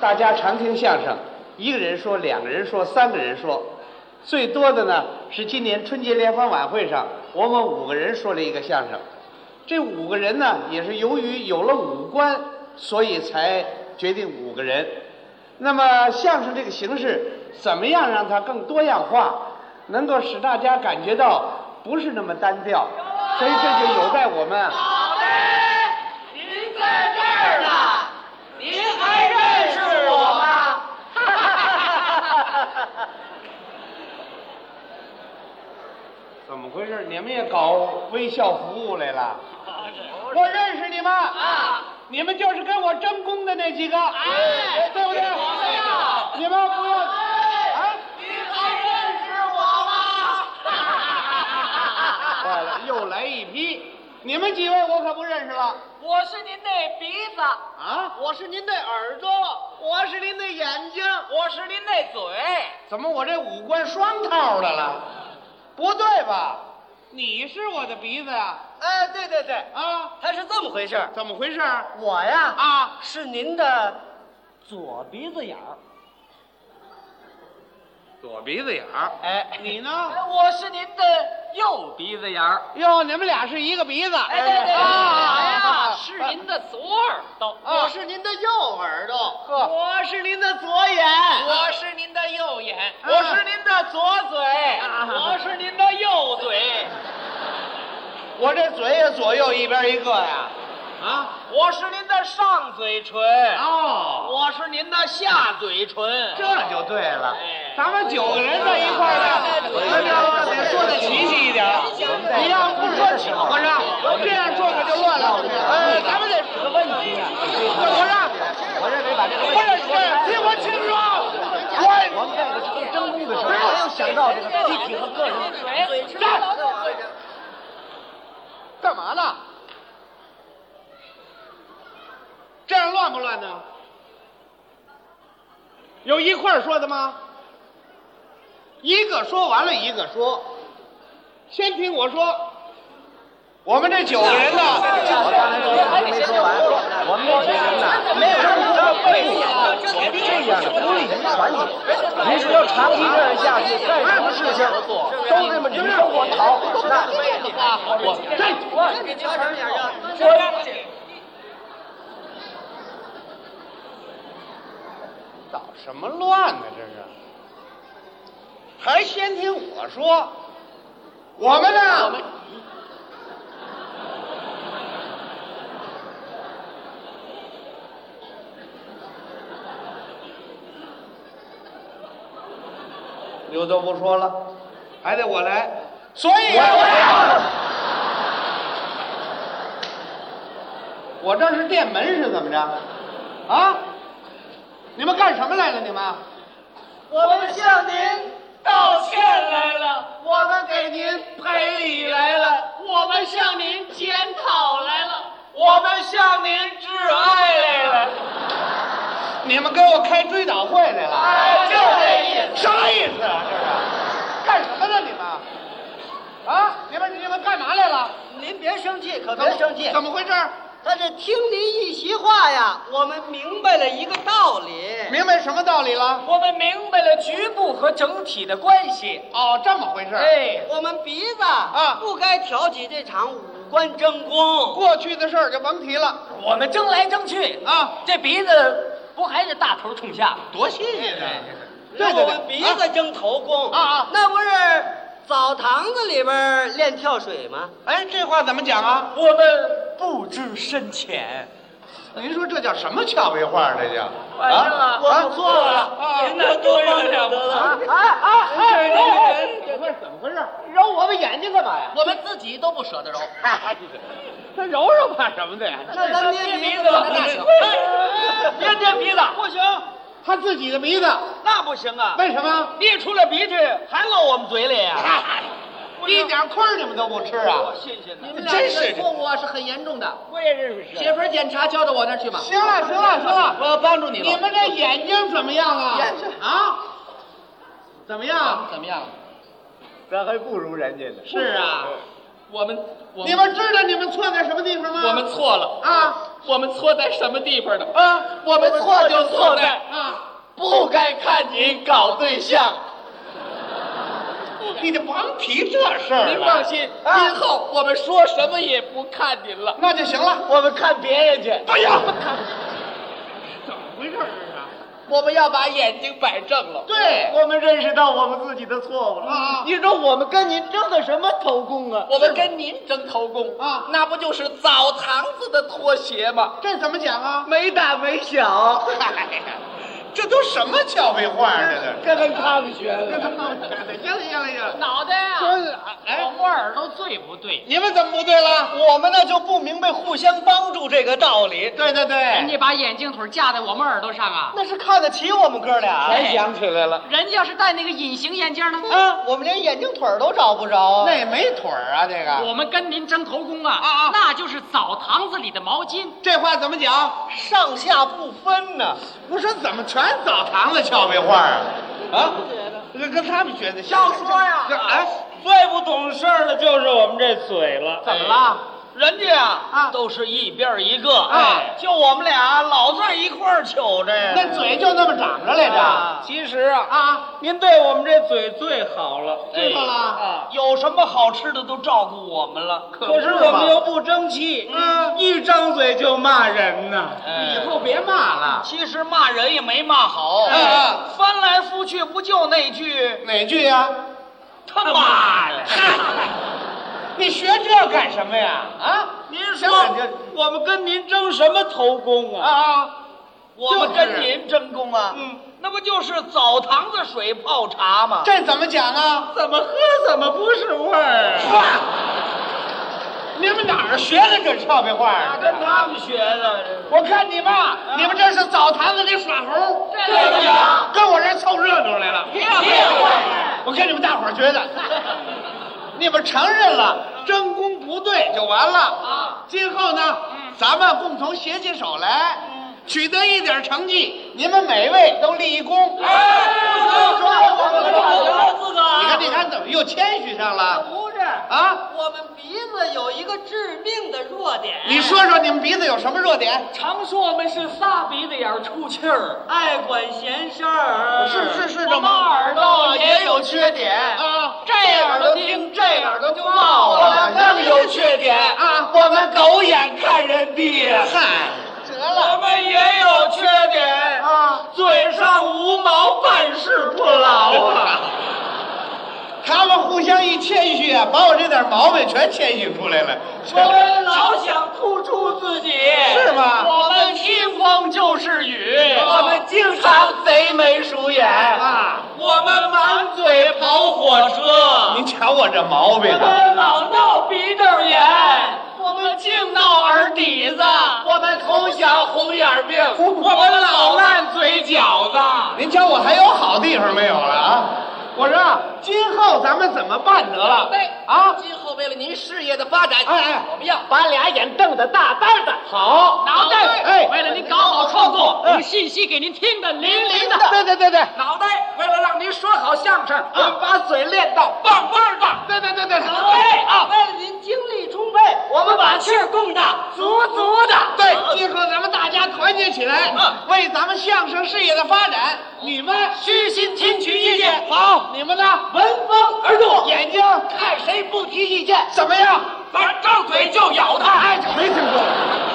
大家常听相声，一个人说，两个人说，三个人说，最多的呢是今年春节联欢晚会上，我们五个人说了一个相声。这五个人呢，也是由于有了五官，所以才决定五个人。那么相声这个形式，怎么样让它更多样化，能够使大家感觉到不是那么单调？所以这就有待我们啊。好嘞，您在这儿呢，您还认识我吗？ 怎么回事？你们也搞微笑服务来 了？我认识你们，啊，你们就是跟我争功的那几个，哎对不对？我们呀你们不要啊！您还认识我吗？啊坏了，又来一批，你们几位我可不认识了我是您那鼻子，啊！我是您那耳朵，我是您那眼睛，我是您那嘴。怎么我这五官双套的了？不对吧？你是我的鼻子呀、哎，对对对，啊？啊？他是这么回事怎么回事？我呀，啊？是您的左鼻子眼儿。左鼻子眼儿。哎你 呢？我是您的右鼻子眼儿。哟，你们俩是一个鼻子。哎，对对对，啊我呀啊是您的左耳朵，啊我是您的右耳朵，呵我是您的左眼， 我是您的右眼，我是您的左嘴，我是您的右嘴，我这嘴也左右一边一个呀。啊？我是您的上嘴唇，哦，我是您的下嘴唇。这就对了哎。咱们九个人在一块儿哎呢，对那就得说的齐齐一点儿。你要不说巧和尚，这样说可就乱了。呃，咱们得是个问题呀。和尚，我认为把这个不问题，是不是，听我清楚啊，我们我在这个争功的时候，没有想到这个集体和个人。嘴唇站干嘛呢？这样乱不乱呢？有一块儿说的吗？一个说完了，一个说。先听我说，我们这九个人呢，我刚才说的还没说完，我们这些人呢，没有争功的背景，这样的不利于团结。您说要长期这样下去，干什么事情都这么你争我讨，那我啊搞什么乱呢？这是，还先听我说，我们呢？刘德不说了，还得我来，所以啊我这是店门是怎么着？啊？你们干什么来了？你们？我们向您道歉来了，我们给您赔礼来了，我们向您检讨来了，我们向您致哀来了，你们给我开追悼会来了？哎就这意思。啥意思啊？这是干什么呢？你们？啊？你们你们干嘛来了？您别生气，可别生气。怎么回事？但是听您一席话呀，我们明白了一个道理。明白什么道理了？我们明白了局部和整体的关系。哦，这么回事。，哎，我们鼻子啊不该挑起这场五官争功。过去的事儿就甭提了我们争来争去，啊，这鼻子不还是大头冲下？多新鲜啊！那对我对们对，鼻子争头功啊啊那不是澡堂子里边练跳水吗？哎，这话怎么讲啊？我们不知深浅。您说这叫什么俏皮话？这叫完事了啊我不错了啊您能多原谅啊我？啊啊！哎哎哎这是怎么回事？揉我们眼睛干嘛呀？我们自己都不舍得揉。那揉揉怕什么的呀？那咱捏鼻子啊吧，那 行。别捏鼻子，不行，他自己的鼻子，那不行啊！为什么？捏出了鼻涕还落我们嘴里呀、一点亏儿你们都不吃啊？谢谢你们俩真是误啊是很严重的，我也认识写份检查交到我那儿去吧。行了行了行了，我帮助你你们这眼睛怎么样啊眼睛？啊？怎么样？怎么样？咱还不如人家呢。是啊，嗯我们，我你们知道你们错在什么地方吗？我们错了。啊，我们错在什么地方呢？啊，我们错就错在啊，不该看您搞对象。你就甭提这事儿了。您放心，啊今后我们说什么也不看您了。那就行了。我们看别人去。哎呀，怎么回事啊？我们要把眼睛摆正了。对，我们认识到我们自己的错误了。啊你说我们跟您争的什么头功啊？我们跟您争头功啊那不就是澡堂子的拖鞋吗？这怎么讲啊？没大没小，嗨呀，这都什么俏皮话啊？这都。这跟他们学的。行了行了行了，脑袋啊，哎老莫耳朵最不对。哎你们怎么不对了？我们呢就不明白互相帮助这个道理，对对人对，家把眼镜腿架在我们耳朵上啊，那是看得起我们哥俩哎才想起来了，人家要是戴那个隐形眼镜呢，啊！我们连眼镜腿儿都找不着啊那！也没腿儿啊，这个。我们跟您争头功啊，啊啊那就是澡堂子里的毛巾。这话怎么讲？上下不分呢。我说怎么全澡堂子俏皮话啊？啊，这跟他们学的。少说呀这哎，最不懂事儿的就是我们这嘴了。怎么了？人家啊，啊都是一边儿一个，哎就我们俩老在一块儿揪着呀。那嘴就那么长着来着。其实啊啊，您对我们这嘴最好了，对了啊，有什么好吃的都照顾我们了。可不可是是嘛我们又不争气，嗯，一张嘴就骂人呐。以后别骂了。其实骂人也没骂好，哎哎翻来覆去不就那句哪句呀？他妈的。你学这干什么呀？啊？您行说了您我们跟您争什么头功啊？啊，我们跟您争功啊？嗯，那不就是澡堂子水泡茶吗？这怎么讲啊？怎么喝怎么不是味儿？啊你们哪儿学的这俏皮话啊？跟他们学的，我看你们啊，你们这是澡堂子里耍猴，对呀，跟我这儿凑热闹来了。我跟你们大伙儿觉 得，你们承认了争功不对就完了啊。今后呢，嗯咱们共同携起手来，取得一点成绩，你们每位都立一功。哎哎你看，你看，怎么又谦虚上了不是，啊？我们鼻子有一个致命的弱点。你说说你们鼻子有什么弱点？常说我们是仨鼻子眼出气儿，爱管闲事儿，是是是，我们怎么？耳朵也有缺点啊，这耳朵听，这耳朵就冒我们更有缺点啊我们狗眼看人低呀嗨，我们也有缺点啊，嘴上无毛，办事不牢啊。他们互相一谦虚啊，把我这点毛病全谦虚出来了。我们老想突出自己，是吗我们听风就是雨，我们经常贼眉鼠眼啊，我们满嘴跑火车，您瞧我这毛病我啊！们老闹鼻窦炎，我们净闹耳底子，我们从小红眼病，我们老烂嘴角子。您瞧我还有好地方没有了啊？我说啊，今后咱们怎么办得了？对啊，今后为了您事业的发展，哎哎我们要把俩眼瞪得大大的，好，脑袋，哎为了您搞好创作，嗯我们信息给您听得淋漓的。对对对对，脑袋为了让您说好相声，我们把嘴练到棒棒的，对对对对，脑袋啊，为了您精力充沛，我们把气儿供的足足的，对，今后咱们大家团结起来，哎为咱们相声事业的发展，你们虚心听取意见。好，你们呢，闻风而动，眼睛看谁不提意见，怎么样？咱张嘴就咬他。哎，没听说过。